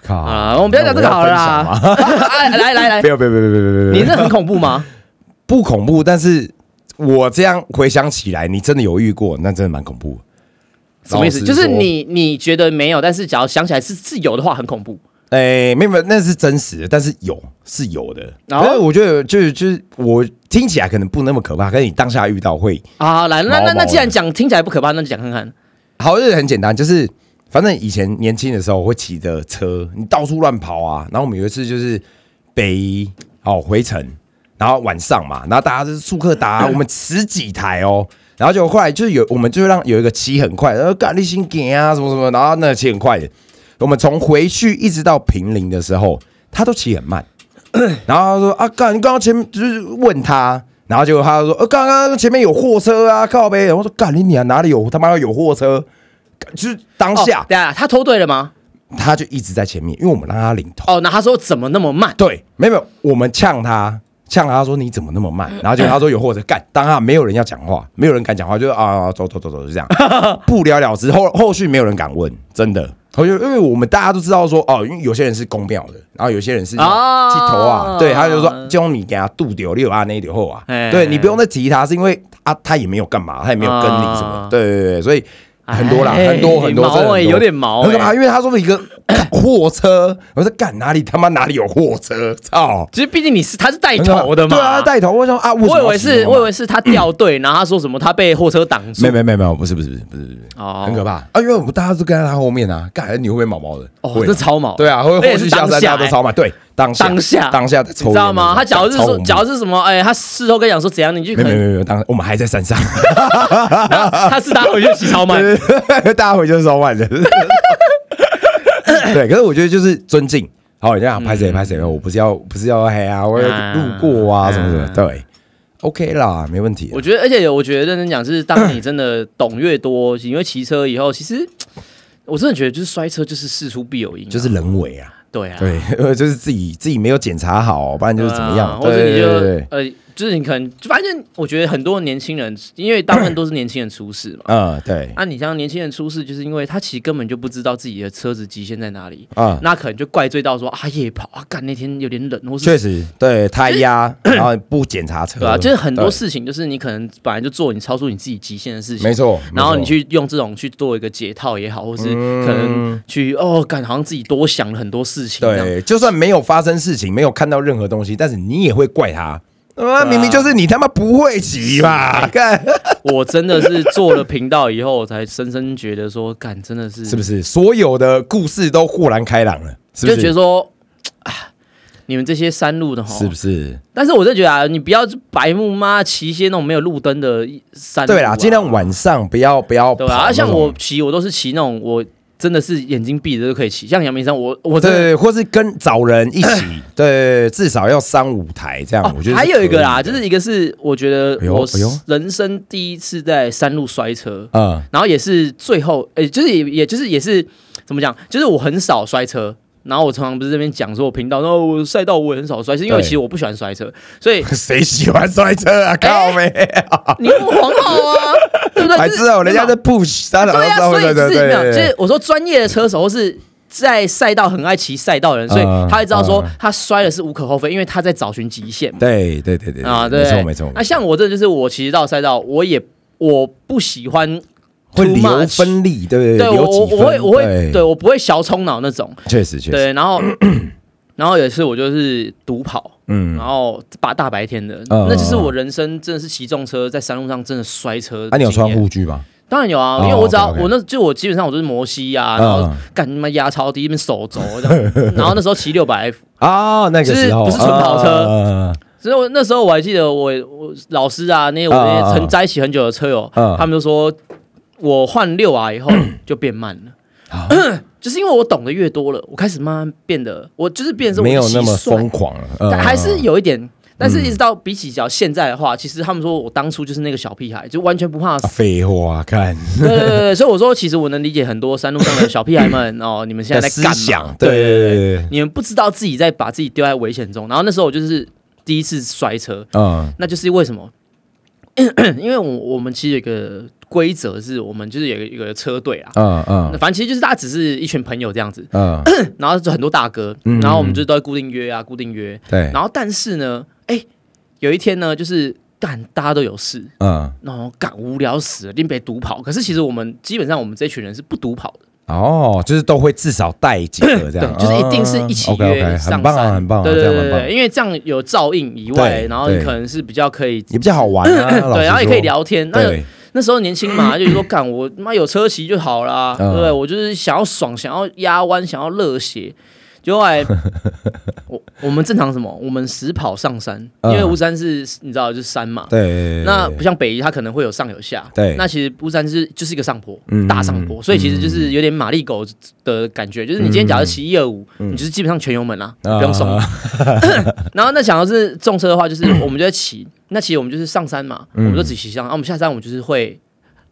B: 靠
A: 啊，我们不要讲这个好了啦。
B: 那我要分享吗
A: 哎来来来
B: 不，要不要不要不要不要不要！
A: 你这很恐怖吗？
B: 不恐怖，但是我这样回想起来，你真的有遇过，那真的蛮恐怖的。
A: 什么意思？
B: 老实
A: 就
B: 说
A: 是，你你觉得没有，但是只要想起来是是有的话，很恐怖。
B: 哎、没有没有，那是真实的，但是有是有的。
A: 哦
B: 然后我觉得就是就是我听起来可能不那么可怕，可是你当下遇到会，
A: 啊，来，那
B: 毛
A: 那
B: 毛
A: 那
B: 的
A: 既然讲听起来不可怕，那就讲看看。
B: 好，就是很简单，就是反正以前年轻的时候我会骑着车，你到处乱跑啊。然后我们有一次就是北移哦回程，然后晚上嘛，然后大家就是速克达，
A: 嗯
B: 我们十几台哦。然后就后来就是有我们就让有一个骑很快，然后干你心给啊什么什么，然后那个骑很快的，我们从回去一直到平陵的时候，他都骑 很慢。然后他说啊，干，你刚刚前面就是问他，然后结果他就说，呃、刚刚前面有货车啊，靠呗。然后我说，干你娘，哪里有他妈有货车？干就是当下、
A: 哦对啊，他偷对了吗？
B: 他就一直在前面，因为我们让他领头。
A: 哦，那他说怎么那么慢？
B: 对，没有没有，我们呛他，呛他说你怎么那么
A: 嗯
B: 慢？然后结果他说有货车，干，当下没有人要讲话，没有人敢讲话，就是啊，走走走走，就 这样，不了了之。后后续没有人敢问，真的。后就因为我们大家都知道说哦，因为有些人是公庙的，然后有些人是剃头
A: 哦
B: 啊，对，他就说就你给他度丢六啊那一丢后啊
A: 哎，
B: 对你不用再提他，是因为啊他也没有干嘛，他也没有跟你什么
A: 啊，
B: 对对对，所以 很多啦，
A: 哎
B: 很多很多，真的
A: 毛
B: 很多
A: 哎，有点毛
B: 很可怕，
A: 哎。
B: 因为他说了一个 货车，我说干哪里他妈哪里有货车，操！
A: 其实毕竟你是他是带头的嘛，
B: 对啊，他带头。我想啊，
A: 我以
B: 为
A: 为
B: 什么要骑
A: 是
B: 那么慢
A: 我以为是他掉队，然后他说什么他被货车挡住
B: 没，没没没有，不是不是不是不是不是，
A: 哦
B: 很可怕啊！因为我们大家都跟在他后面啊，干你会不会毛毛的？
A: 哦，
B: 会啊
A: 这超毛。
B: 对啊，会
A: 而且
B: 后
A: 是
B: 续下
A: 当
B: 山
A: 下
B: 大家都
A: 哎
B: 超慢，对，当下
A: 当下
B: 当下在抽
A: 你知
B: 烟的那种，
A: 道吗？他假如是
B: 超
A: 说，
B: 恐怖
A: 假如是什么，哎，他事后跟你讲说怎样，你就
B: 没
A: 可
B: 没
A: 能
B: 没没，当我们还在山上，
A: 他是他回去洗超慢，
B: 大家回就是烧慢的。对，可是我觉得就是尊敬，好，人家
A: 嗯
B: 拍谁拍谁，我不是要不是要黑啊，我要路过啊
A: 嗯
B: 什么什么，对，OK 啦，没问题
A: 我。觉得，而且我觉得认真讲，就是当你真的懂越多，因为骑车以后，其实我真的觉得就是摔车就是事出必有因啊、
B: 就是人为啊，
A: 对啊，
B: 对， 呃就是自己自己没有检查好，不然就是怎么样，
A: 对啊或者你就
B: 对对对，。
A: 呃，就是你可能反正我觉得很多年轻人，因为大部分都是年轻人出事嘛
B: 嗯，对，
A: 啊，你像年轻人出事，就是因为他其实根本就不知道自己的车子极限在哪里，
B: 啊，
A: 那可能就怪罪到说啊夜跑啊，干那天有点冷，或
B: 确
A: 是
B: 实，对胎压，然后不检查车，
A: 对啊，就是很多
B: 对，
A: 事情，就是你可能本来就做你超出你自己极限的事情
B: 没，错，
A: 然后
B: 没错嗯
A: 你去用这种去做一个解套也好，或是可能去、哦，感好像自己多想了很多事情这样。
B: 对，就算没有发生事情，没有看到任何东西，但是你也会怪他。啊，明明就是你他妈不会 骑吧？看
A: 我真的是做了频道以后，我才深深觉得说，干真的是
B: 是不是所有的故事都豁然开朗了？是不
A: 就觉得
B: 是？
A: 说，啊，你们这些山路的哈，
B: 是不是？
A: 但是我就觉得啊，你不要白目妈骑一些那种没有路灯的山路、啊，
B: 对啦，尽量晚上不要不要
A: 对
B: 跑
A: 吧、啊？
B: 那
A: 像
B: 种
A: 我骑，我都是骑那种我真的是眼睛闭着就可以骑，像阳明山，我我真的。
B: 对，或是跟找人 一起，对，至少要三五台这样。
A: 哦
B: 我觉得是
A: 还有一个啦，
B: 可以
A: 就
B: 的
A: 是一个是我觉得
B: 哎呦
A: 我
B: 哎呦
A: 人生第一次在山路摔车，
B: 嗯，
A: 然后也是最后，诶、就是也也就是也是怎么讲，就是我很少摔车。然后我常常不是这边讲说，我频道，然后我赛道我也很少摔，是因为
B: 对啊
A: 其实我不喜欢摔车，所以
B: 谁喜欢摔车
A: 哎
B: 啊？靠没，
A: 你问我很好 啊，对不对？
B: 还
A: 就是
B: 知道人家在 push，他
A: 对
B: 哪
A: 啊，
B: 知道
A: 所以
B: 会
A: 是
B: 摔车？
A: 没有，
B: 对
A: 就是
B: 对，
A: 我说专业的车手或是在赛道很爱骑赛道的人，所以
B: 嗯
A: 他会知道说
B: 嗯
A: 他摔了是无可厚非，因为他在找寻极限嘛。
B: 对对对对
A: 啊，
B: 对
A: 对，
B: 嗯没错没错。
A: 那像我这就是我其实到赛道，我也我不喜欢
B: 会
A: too
B: 留
A: much
B: 分力，对不
A: 对
B: 对？
A: 我
B: 留
A: 我
B: 几
A: 我会
B: 分
A: 我会对，我不会小冲脑那种，
B: 确实确实，
A: 对，然后然后有一次我就是独跑，
B: 嗯
A: 然。后把大白天的，
B: 嗯
A: 那就是我人生真的是骑重车在山路上真的摔车。
B: 啊，你有穿？护具吗？
A: 当然有啊，
B: 哦
A: 因为我只要
B: OK，OK
A: 我那就我基本上我就是摩西啊，
B: 嗯
A: 然后干他妈压超低，那边手肘这 样，然后那时候骑六百 F，
B: 啊，那个时候
A: 就是不是纯跑车
B: 嗯
A: 所以我那时候我还记得我我老师啊，那些我那些
B: 嗯嗯
A: 曾
B: 嗯
A: 在一起很久的车友，
B: 嗯
A: 他们就说我换六 R 以 后就变慢了。
B: 啊
A: 就是因为我懂得越多了，我开始慢慢变得，我就是变成
B: 没有那么疯，嗯狂了，嗯
A: 但还是有一点。但是一直到比起较现在的话，其实他们说我当初就是那个小屁孩，就完全不怕
B: 啊
A: 死。
B: 废话，看
A: 对对对对，所以我说其实我能理解很多山路上的小屁孩们哦，你们现在在
B: 的思
A: 干嘛
B: 想，对对对对，
A: 你们不知道自己在把自己丢在危险中。然后那时候我就是第一次摔车，
B: 嗯
A: 那就是为什么？ 因为我我们其实有一个规则，是我们就是有一个有一个车队啊，
B: 嗯
A: 那
B: 嗯
A: 反正其实就是大家只是一群朋友这样子，
B: 嗯，
A: 然后就很多大哥，
B: 嗯
A: 然后我们就都会固定约啊，固定约。
B: 对，
A: 然后但是呢，哎，有一天呢，就是干大家都有事，
B: 嗯
A: 然后干无聊死了，拎别独跑。可是其实我们基本上我们这群人是不独跑的，
B: 哦，就是都会至少带几个这样，
A: 对，就是一定是一起约
B: OK，
A: 上
B: 很棒啊，
A: 山，
B: 很棒啊，
A: 对
B: 这
A: 对
B: 样
A: 对
B: 很
A: 对
B: 棒，
A: 对，因为这样有照应以外，
B: 对
A: 然后你
B: 对
A: 可能是比较可以。
B: 也比较好玩啊，老
A: 对，
B: 实
A: 然后也可以
B: 说，
A: 聊天。那有
B: 对，
A: 那时候年轻嘛，就是说，干我妈有车骑就好啦，对
B: 嗯
A: 不对？我就是想要爽，想要压弯，想要热血。结果后来，我我们正常什么？我们实跑上山，因
B: 嗯
A: 为乌山是你知道就是山嘛，
B: 对对，对
A: 那不像北宜，它可能会有上有下。
B: 对
A: 那其实乌山是就是一个上坡，
B: 嗯嗯
A: 大上坡，所以其实就是有点马力狗的感觉，就是你今天假如骑一二五，你就是基本上全油门啦、
B: 啊
A: 不用 松。 然后那想要是重车的话， 就是我们就在骑，那其实我们就是上山嘛，
B: 嗯
A: 我们就只骑上，啊然后我们下山我们就是会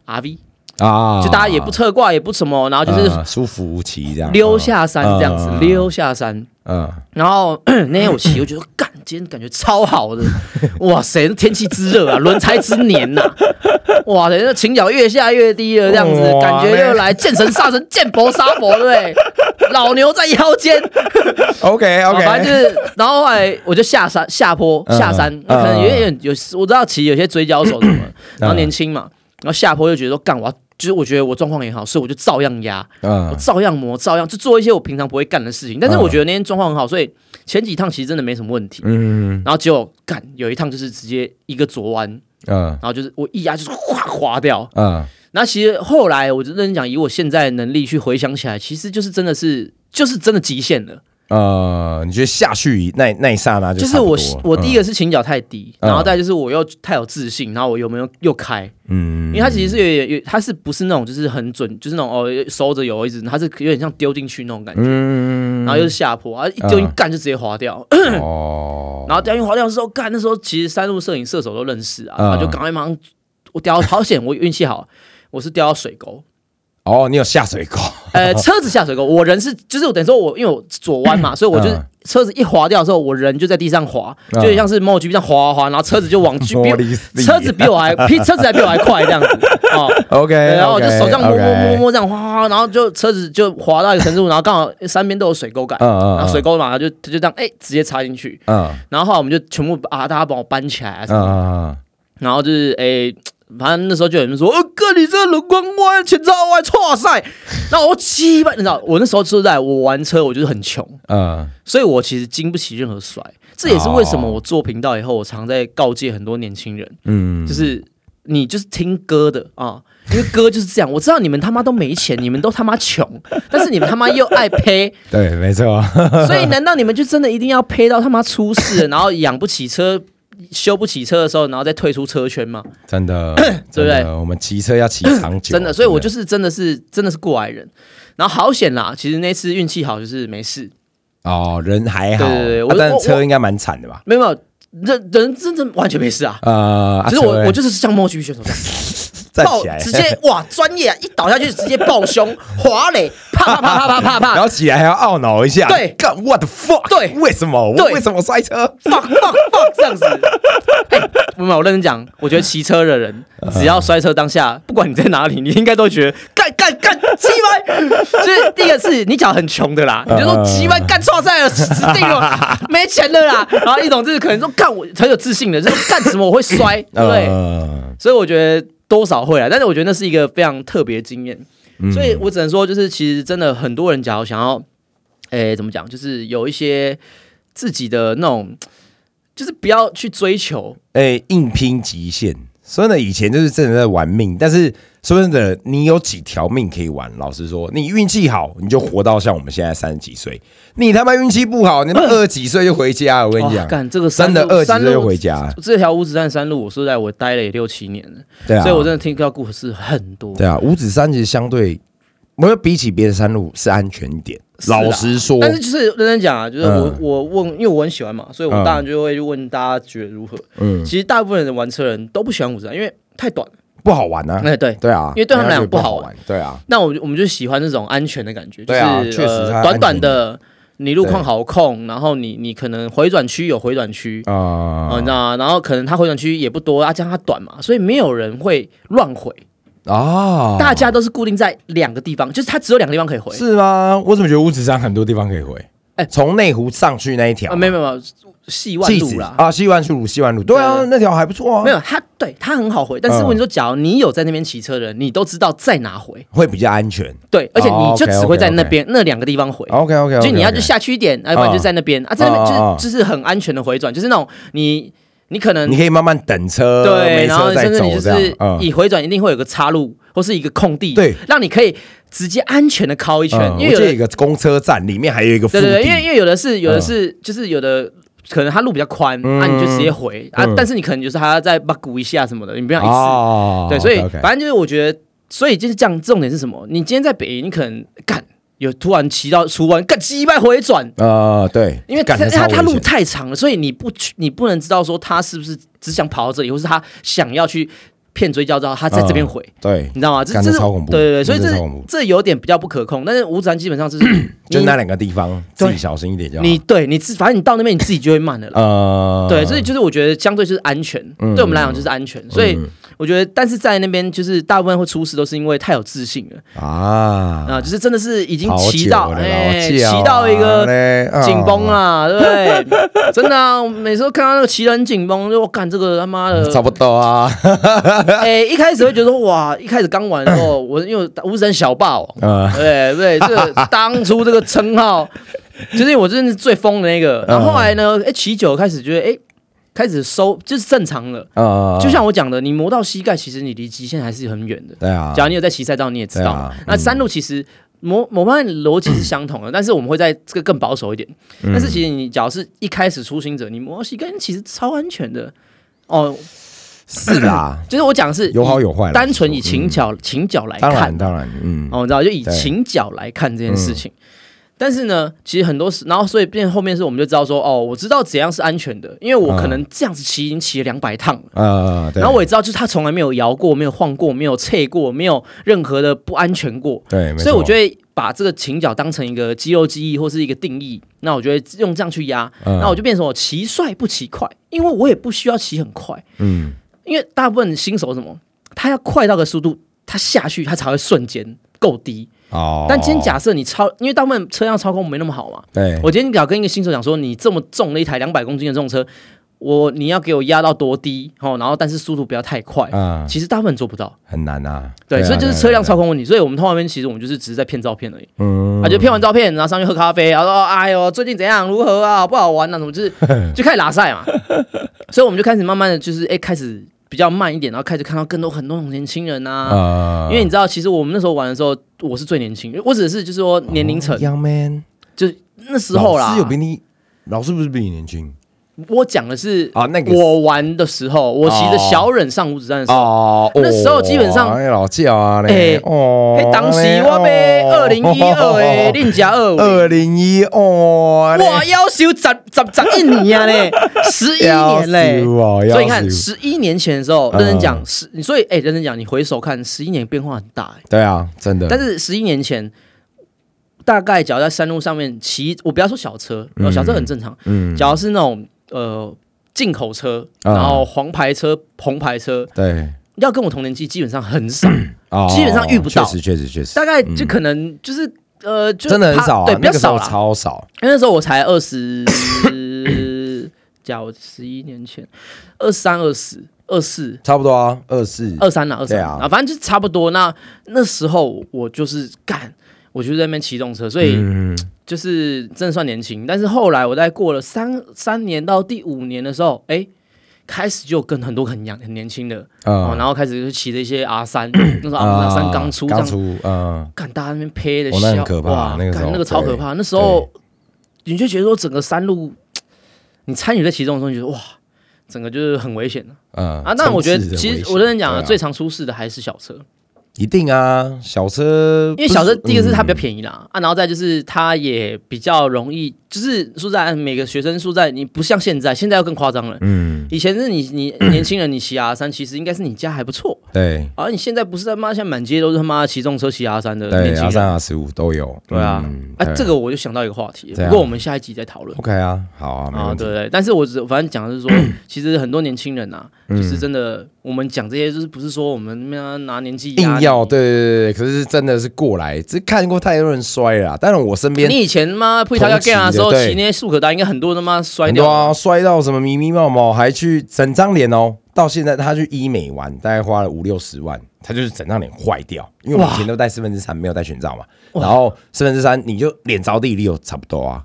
A: RV，
B: 啊，
A: 就大家也不侧挂也不什么，然后就是
B: 嗯舒服无奇这样，
A: 溜下山这样子，
B: 嗯
A: 溜下山。
B: 嗯，
A: 然后 那天我骑，我觉得干，今天感觉超好 的，哇塞，那天气之热啊，轮胎之年呐、哇塞，那裙角啊越下越低了，这样子
B: 哇
A: 感觉又来见神杀神，见佛杀佛，对不对？老牛在腰间，
B: OK
A: 啊
B: OK，
A: 反正就是，然后后来我就下山下坡
B: 嗯
A: 下山，那可能有点有，我知道骑有些追焦手什么，然后年 轻嘛，然后下坡就觉得说干，我要，就是我觉得我状况也好，所以我就照样压，我
B: 嗯
A: 照样磨，照样就做一些我平常不会干的事情。但是
B: 嗯
A: 我觉得那天状况很好，所以前几趟其实真的没什么问题。
B: 嗯
A: 然后结果干有一趟就是直接一个左弯，
B: 嗯
A: 然后就是我一压就是哗滑掉。
B: 嗯，
A: 那其实后来我就认真讲，以我现在的能力去回想起来，其实就是真的是就是真的极限了。
B: 呃，你觉得下去那那一刹那就
A: 就
B: 差
A: 是
B: 不
A: 我
B: 多
A: 我第一个是前脚太低，
B: 嗯
A: 然后再就是我又太有自信，然后我有没有又开？
B: 嗯
A: 因为它其实是有点有，它是不是那种就是很准，就是那种哦收着油一直，它是有点像丢进去那种感觉。
B: 嗯
A: 然后又是下坡，啊，一丢一
B: 嗯
A: 干就直接滑掉，
B: 哦
A: 然后掉进滑掉的时候，干那时候其实山路摄影射手都认识啊，
B: 嗯
A: 然后就赶快马上我掉，好险我运气好，我是掉到水沟，
B: 哦，你有下水沟，
A: 呃，车子下水沟，我人是就是我等于说我因为我左弯 嘛，所以我就是
B: 嗯
A: 车子一滑掉的时候，我人就在地上滑，
B: 嗯
A: 就很像是 MoG 这样滑滑滑，然后车子就往 去比
B: 玻
A: 我
B: 璃碎
A: 车子比我还比车子还比我还快这样子哦。
B: OK，
A: 对然后我就
B: OK，
A: 手这样摸摸
B: OK
A: 摸摸这样哗哗，然后就车子就滑到一个程度，然后刚好三边都有水沟盖，
B: 嗯嗯
A: 然后水
B: 嗯
A: 沟嘛，就就这样哎直接插进去，
B: 嗯
A: 然后后来我们就全部把啊大家帮我搬起来啊什
B: 嗯
A: 么的，
B: 嗯
A: 然后就是诶，反正那时候就有人说：“呃，哥，你这轮光弯前照歪，哇塞！”然后我七百，你知道，我那时候说实在，我玩车我就是很穷，
B: 嗯
A: 所以我其实经不起任何摔。这也是为什
B: 哦
A: 么我做频道以后，我常在告诫很多年轻人，
B: 嗯，
A: 就是你就是听歌的啊。因为歌就是这样，我知道你们他妈都没钱，你们都他妈穷，但是你们他妈又爱 呸，
B: 对，没错，
A: 所以难道你们就真的一定要呸到他妈出事，然后养不起车、修不起车的时候，然后再退出车圈 吗？
B: 真的，
A: 对
B: 真
A: 不对
B: 的，我们骑车要骑长久，
A: 真的，所以我就是真的是真的是过来人。然后好险啦，其实那次运气好，就是没事，
B: 哦，人还好，
A: 对对对
B: 啊
A: 我
B: 但
A: 我
B: 车应该蛮惨的吧？
A: 没有没有，人人真的完全没事啊。
B: 呃，啊
A: 只是我
B: 车嘞
A: 我就是像莫局选手这样，
B: 站
A: 爆
B: 起来，
A: 直接哇专业啊，一倒下去直接抱胸滑垒，啪啪啪啪啪啪
B: 然
A: 啪
B: 后起来还要懊恼一下，
A: 对
B: 干 what the fuck，
A: 对
B: 为什么我
A: 对
B: 为什么摔车？
A: ，fuck fuck fuck 这样子。哎，没有，我认真讲，我觉得骑车的人只要摔车当下，不管你在哪里，你应该都觉得干干干鸡掰。 就是第一个是你脚很穷的啦，你就说
B: 嗯
A: 鸡掰干错赛了，死定了，没钱了啦。然后一种就是可能说干我很有自信的，就是干什么我会摔，对不对？
B: 呃，
A: 所以我觉得多少会啊，但是我觉得那是一个非常特别的经验，
B: 嗯
A: 所以我只能说，就是其实真的很多人，假如想要，诶，怎么讲，就是有一些自己的那种，就是不要去追求，
B: 哎，硬拼极限。所以呢，以前就是真的在玩命，但是说真的，你有几条命可以玩？老实说，你运气好，你就活到像我们现在三十几岁；你他妈运气不好，你他妈二十几岁就回家了。我跟你
A: 嗯哇
B: 讲，
A: 干这个山
B: 真的
A: 路
B: 二十
A: 山
B: 几岁就
A: 路
B: 回家。
A: 这条五指山山路，我说实在我待了也六七年了，
B: 对啊，
A: 所以我真的听到故事很多。
B: 对啊，五指山其实相对，我觉得比起别的山路是安全一点。
A: 是啊
B: 老实说，
A: 但是就是认真讲啊，就是我、
B: 嗯
A: 我问，因为我很喜欢嘛，所以我
B: 嗯
A: 当然就会去问大家觉得如何。
B: 嗯，
A: 其实大部分人玩车人都不喜欢五指山，因为太短了。
B: 不好玩啊。
A: 哎、对，
B: 对啊，
A: 因为对他们来讲
B: 人
A: 不
B: 家觉得不
A: 好玩
B: 玩。对啊，
A: 那我们就我们就喜欢那种安全的感觉，就
B: 对
A: 是、
B: 啊确实它
A: 呃、
B: 安
A: 短短
B: 全
A: 的，你路况好控，然后你你可能回转区有回转区。
B: 啊
A: 啊、你知道吗？然后可能它回转区也不多，啊，加上它短嘛，所以没有人会乱回，
B: 啊
A: 大家都是固定在两个地方，就是它只有两个地方可以回。
B: 是吗？我怎么觉得五指山很多地方可以回？
A: 哎
B: 从内湖上去那一条
A: 啊，没有没有没有，细万
B: 气
A: 路
B: 子
A: 啦，
B: 啊，西湾路，西湾路，对啊
A: 对，
B: 那条还不错啊，
A: 没有它，对它很好回。但是
B: 嗯
A: 问题说，假如你有在那边骑车的人，你都知道在哪回，
B: 会比较安全。
A: 对，而且
B: 哦
A: 你就只会在那
B: OK，OK，OK
A: 边那两个地方回。
B: OK OK，
A: 就你要就，下去一点，要不然就在那边啊，在那边就是、
B: 啊啊啊
A: 就是很安全的回转，就是那种你你可能
B: 你可以慢慢等车，
A: 对，
B: 没
A: 然后
B: 车再
A: 甚至
B: 走
A: 你就
B: 这样啊嗯
A: 是。你回转一定会有个岔路或是一个空地，
B: 对，
A: 让你可以直接安全的靠一圈，
B: 嗯，
A: 因为
B: 我
A: 有的
B: 记得有一个公车站，里面还有一个腹
A: 对
B: 地，
A: 对对，因为因为有的是有的
B: 嗯
A: 是、就是有的。可能它路比较宽，啊，你就直接回啊，
B: 嗯
A: 但是你可能就是还要再把鼓一下什么的，你不要一次。
B: 哦
A: 对，所以
B: OK，OK
A: 反正就是我觉得，所以就是这样。重点是什么？你今天在北营，你可能干有突然骑到出弯，干鸡掰回转，
B: 呃，对，
A: 因为
B: 感
A: 它
B: 觉
A: 它它路
B: 危险
A: 太长了，所以你不去，你不能知道说他是不是只想跑到这里，或是他想要去骗追焦之后，他在这边回。
B: 对，
A: 你知道吗？这
B: 干
A: 这
B: 这
A: 是
B: 嗯超恐怖
A: 对对对，所以
B: 真
A: 这
B: 的
A: 是
B: 超恐怖
A: 这有点比较不可控。但是五指山基本上就是
B: 就
A: 你
B: 那两个啊地方自
A: 对
B: 己小心一点就好。
A: 你对你自反正你到那边你自己就会慢 的了啦。
B: 呃，
A: 对，所以就是我觉得相对就是安全，
B: 嗯
A: 对我们来讲就是安全。所以我觉得，但是在那边就是大部分会出事，都是因为太有自信了
B: 啊，
A: 啊，就是真的是已经
B: 好
A: 骑
B: 久
A: 到
B: 了
A: 哎，
B: 老
A: 骑
B: 久
A: 到一个
B: 了嘞啊
A: 紧绷啊，对不对，真的啊，我每次都看到那个骑得很紧绷，就我干这个他妈 的，
B: 差不多啊，
A: 哎，一开始会觉得说哇，一开始刚玩的时候，我因为我无神小霸王，
B: 嗯
A: 对对，这个当初这个称号，就是我真的是最疯的那个，然后后来呢，哎，骑久了开始觉得哎，开始收就是正常了，
B: 呃，
A: 就像我讲的，你磨到膝盖，其实你离极限还是很远的。
B: 对啊，
A: 假如你有在骑赛道，你也知道嘛。
B: 对啊
A: 那山路其实某某方面逻辑是相同的，但是我们会在这个更保守一点。
B: 嗯
A: 但是其实你只要是一开始初心者，你摸膝盖其实超安全的。哦，
B: 是啦，
A: 就是我讲的是
B: 有 好
A: 以
B: 有坏啦，
A: 单纯以
B: 其实
A: 情脚情脚来
B: 当然
A: 看，哦
B: 当然，嗯，
A: 哦，你知道就以
B: 对嗯
A: 情脚来看这件事情。但是呢，其实很多时，然后所以变后面是我们就知道说，哦，我知道怎样是安全的，因为我可能这样子骑已经骑了两百趟了。
B: 啊，对
A: 然后我也知道，就是他从来没有摇过，没有晃过，没有脆过，没有任何的不安全过。
B: 对，没
A: 所以我
B: 错
A: 就会把这个琴脚当成一个肌肉记忆或是一个定义，那我就会用这样去压，
B: 嗯
A: 那我就变成我骑帅不骑快，因为我也不需要骑很快，
B: 嗯，
A: 因为大部分新手什么，他要快到个速度，他下去他才会瞬间够低。
B: 哦，
A: 但今天假设你超，因为大部分车辆操控没那么好嘛，
B: 对，
A: 我今天只要跟一个新手讲说，你这么重的一台两百公斤的重车，我你要给我压到多低哦，然后但是速度不要太快，
B: 啊，
A: 其实大部分人做不到。
B: 很难啊，
A: 对，
B: 啊
A: 所以就是车辆，
B: 对啊
A: 操控问题，所以我们通常面其实我们就是只是在骗照片而已。
B: 对啊嗯，
A: 啊，就骗完照片，然后上去喝咖啡，然后说：“哎呦，最近怎样？如何啊？好不好玩啊？怎么 就是就开始拉赛嘛。”所以我们就开始慢慢的就是哎、开始比较慢一点，然后开始看到更多很多种年轻人啊。
B: 啊
A: 因为你知道，其实我们那时候玩的时候，我是最年轻，我只是就是说年龄层、
B: Young man
A: 就是那时候
B: 哦老
A: 啦
B: 师。有比你，老师不是比你年轻
A: 我讲的是
B: 啊？那个
A: 我玩的时候，我骑着小忍上五指山的时候，
B: 哦，
A: 那时候基本上
B: 哦哎老叫啊嘞，
A: 哎
B: 哦
A: 嘿，当时我呗，二零一二诶，令加二五的。
B: 二零一哦，
A: 哇，要求十十十一年嘞，十一年嘞
B: 要，死哦我
A: 所以你看
B: 要死
A: 十一年前的时候，
B: 嗯
A: 认真讲十，所以哎、认真讲，你回首看十一年变化很大、哎
B: 对啊，真的，
A: 但是十一年前，大概只要在山路上面骑，我不要说小车，
B: 嗯
A: 哦小车很正常，
B: 嗯，
A: 只要是那种呃进口车，
B: 嗯
A: 然后黄牌车、红牌车，
B: 对，
A: 要跟我同年纪基本上很少，
B: 哦
A: 基本上遇不到
B: 确实确实确实，
A: 大概就可能就是。呃，就
B: 真的很
A: 怕
B: 少啊，
A: 对，比
B: 那
A: 较
B: 个时
A: 少
B: 候
A: 啦。
B: 超少，
A: 因为那时候我才二十 加我十一年前，二三、二十、二四、
B: 差不多啊，二四，
A: 二三了，二
B: 对
A: 三
B: 啊
A: 啊，反正就差不多。那那时候我就是干，我就在那边骑动车，所以
B: 嗯，
A: 就是真的算年轻。但是后来我在过了三三年到第五年的时候，哎、开始就跟很多很年很年轻的、哦，
B: 啊，
A: 然后开始就骑了一些 R 三，那时候 R 三刚出，这
B: 刚
A: 样
B: 出，嗯，
A: 干大家那边呸的笑，
B: 哦那很可怕
A: 哇
B: 那个时
A: 干
B: 候
A: 那个超可怕。那时候你就觉得说整个山路，你参与在其中的时候，你觉得哇，整个就是很危险的
B: 嗯
A: 啊。但我觉得其实我认真讲啊，
B: 啊，
A: 最常出事的还是小车，
B: 一定啊，小车，
A: 因为小车
B: 不是嗯
A: 第一个是它比较便宜啦，啊，然后再就是它也比较容易，就是说实在每个学生说实在你不像现在，现在要更夸张了。
B: 嗯，
A: 以前是你 你年轻人你骑 R 三，其实应该是你家还不错，啊
B: 对
A: 而、你现在不是他妈现在满街都是他妈骑重车骑 R 三的年
B: 对，
A: 轻
B: 阿
A: 人。
B: 三阿十五都有，
A: 啊对啊，
B: 嗯
A: 啊，
B: 对
A: 这个我就想到一个话题，
B: 这
A: 不
B: 样
A: 过我们下一集再讨论。
B: OK 啊，好啊，没
A: 啊，
B: 问
A: 对
B: 题，嗯
A: 对对，但是我只反正讲的是说，其实很多年轻人啊，就是真的，我们讲这些就是不是说我们那拿年纪压
B: 硬
A: 你
B: 要，对对对对，可是真的是过来，只看过太多人摔了啦，当然我身边
A: 你以前妈配他要
B: 同期
A: g a 的时候
B: 的对
A: 骑那些速可达，应该很多他妈摔
B: 很多
A: 掉
B: 啊，摔到什么迷迷冒冒，还去整张脸哦。到现在他去医美玩，大概花了五六十万，他就是整张脸坏掉。因为我们以前都戴四分之三，没有戴全罩嘛。然后四分之三你就脸着地，你有差不多啊。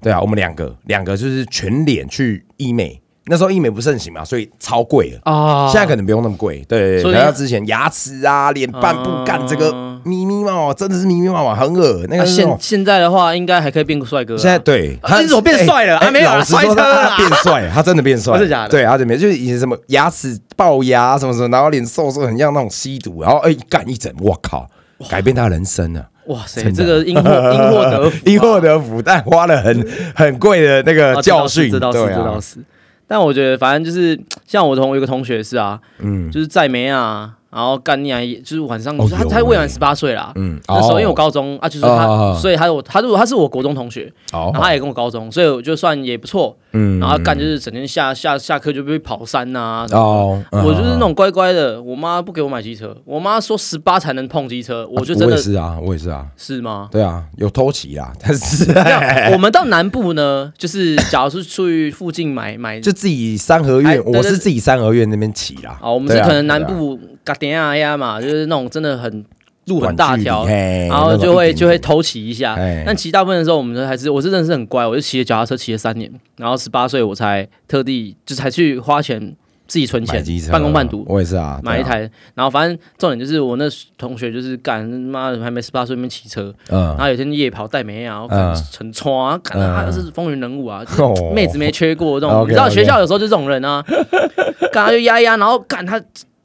B: 对啊，我们两个两个就是全脸去医美，那时候医美不盛行嘛，所以超贵了。
A: 啊，
B: 现在可能不用那么贵，对对
A: 所
B: 对。
A: 以
B: 然后之前牙齿啊、脸半部
A: 啊
B: 干这个迷迷冒冒，真的是迷迷冒冒，很恶那
A: 那
B: 个是那
A: 现
B: 种。
A: 现在的话，应该还可以变个帅哥啊。
B: 现在对，
A: 啊你怎么变帅了
B: 哎
A: 啊没有啦
B: 老实说
A: 摔车
B: 他
A: 啦
B: 他变帅，他真的变帅，
A: 真的假的
B: 对，他真的变，就是以前什么牙齿龅牙什么什么，然后脸瘦瘦，很像那种吸毒，然后哎干一整，我靠，改变他人生了。
A: 哇塞，
B: 真的啊
A: 这个因祸 因祸得福啊，
B: 因祸得福，但花了很 很贵的那
A: 啊
B: 个
A: 这倒
B: 教
A: 是
B: 训，
A: 这倒是
B: 对
A: 这
B: 啊
A: 倒，是。但我觉得反正就是像我同我有个同学是啊，
B: 嗯
A: 就是在梅啊，然后干你啊，就是晚上、
B: 哦
A: 他
B: 有
A: 他未满
B: 欸
A: 十八岁啦，
B: 嗯，
A: 那时候因为我
B: 哦
A: 高中啊，就是说他，
B: 哦
A: 所以他是我他是我他是我国中同学，然后
B: 哦，
A: 他也跟我高中，所以我就算也不错。
B: 嗯
A: 然后干就是整天下下下课就被跑山呐、啊。
B: 哦，嗯
A: 我就是那种乖乖的，我妈不给我买机车，我妈说十八才能碰机车，我就真
B: 我
A: 的
B: 也是啊，我也是啊，
A: 是吗？
B: 对啊，有偷骑啊，但是
A: 这样我们到南部呢，就是假如是去附近买买，
B: 就自己三合
A: 哎
B: 院，
A: 对对
B: 我是自己三合院那边骑啦。
A: 啊，我们是
B: 对啊
A: 可能南。
B: 对啊
A: 部嘎点啊呀嘛，就是那种真的很路很大条，
B: 然
A: 然后就会就会偷骑一下
B: 哎。
A: 但骑大部分的时候，我们都还是我是真的是很乖，我就骑着脚踏车骑了三年，然后十八岁我才特地就才去花钱自己存
B: 买
A: 钱
B: 机车，
A: 半工半读。
B: 我也是啊，
A: 买一
B: 对啊，
A: 台，然后反正重点就是我那同学就是干妈的还没十八岁，那边骑车，然
B: 嗯，
A: 后有一天夜跑带妹啊，我
B: 嗯
A: 干成穿啊，干
B: 嗯
A: 他是风云人物 啊，就是
B: 哦
A: 妹子没缺过这种，
B: OK，
A: 你知道
B: OK
A: 学校有时候就这种人啊， 干他就压一压，然后干他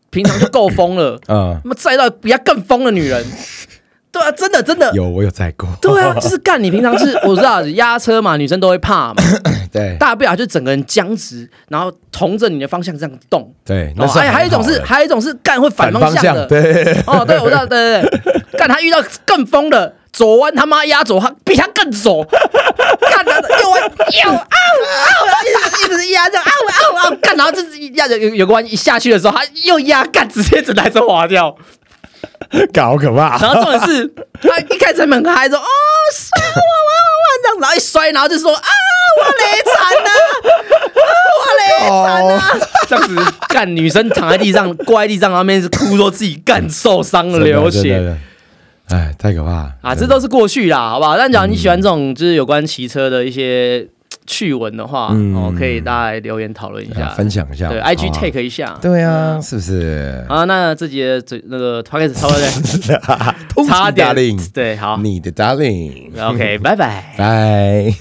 A: 平常就够疯了，
B: 嗯，
A: 那么再到比他更疯的女人，对 啊，真的真的，
B: 有我有载过，
A: 对啊，就是干你平常是我知道压车嘛，女生都会怕嘛，
B: 对
A: 大不了就整个人僵直，然后同着你的方向这样动。
B: 对，
A: 哦，
B: 那
A: 还
B: 算
A: 有还有一种
B: 很好
A: 是，
B: 了
A: 还有一种是干会反
B: 反
A: 方
B: 方
A: 向的
B: 向，，对，
A: 哦，对，我知道，对对对，干他遇到更疯的左弯，他妈压左，他比他更左， 干他右弯右啊嗷嗷，一直一直压这样啊嗷嗷嗷，干，然后这压着有有个弯一下去的时候，他又压干，直接整台车滑掉。
B: 搞好可怕。
A: 然后重点是， 他一开始还很嗨，说哦摔我我我我这样，然后一摔，然后就说啊我累惨了，啊我累惨了，这样子干，女生躺在地上，跪在地上，然后面是哭，说自己干受伤了，
B: 真的
A: 流，
B: 真
A: 血。
B: 的真的哎，太可怕了
A: 啊，这
B: 真的
A: 都是过去啦，好不好？但假如你
B: 嗯
A: 喜欢这种就是有关骑车的一些趣闻的话，
B: 嗯
A: 哦，可以大家来留言讨论一
B: 哎
A: 下
B: 呀，分享一下，
A: 对
B: 好啊
A: ，IG take 一下。
B: 对啊，是不是？
A: 嗯好，那这节嘴那个 p o d 差不多这
B: 通
A: 差
B: 勤
A: 点
B: darling，
A: 对，好
B: 你的 darling，
A: ，OK，拜拜。
B: 拜。